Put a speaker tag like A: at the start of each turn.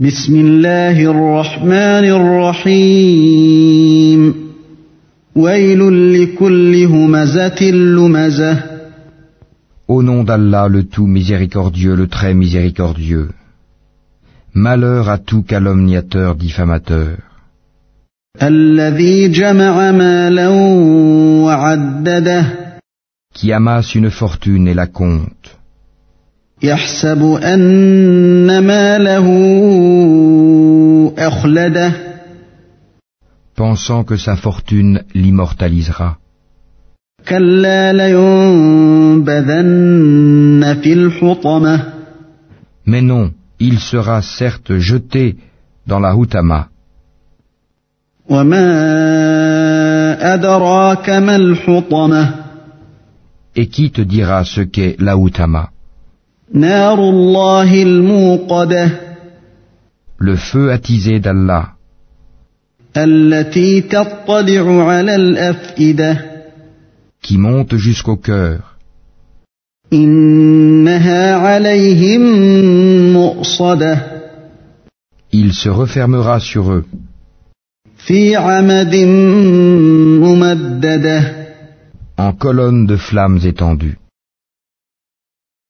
A: بسم الله الرحمن الرحيم ويل لكل همزة لمزة
B: Au nom d'Allah le tout miséricordieux, le très miséricordieux. Malheur à tout calomniateur diffamateur,
A: الذي جمع مالا وعدده
B: qui amasse une fortune et la compte,
A: يحسب أن ماله أخلده
B: pensant que sa fortune l'immortalisera.
A: كلا لينبذن في الحطمة
B: Mais non, il sera certes jeté dans la Houtama.
A: وما أدراك ما الحطمة
B: Et qui te dira ce qu'est la Houtama
A: نار الله الموقدة
B: Le feu attisé d'Allah,
A: التي تطلع على الأفئدة
B: qui monte jusqu'au cœur.
A: إنها عليهم مؤصدة
B: Il se refermera sur eux,
A: في عمد ممدده
B: en colonne de flammes étendues.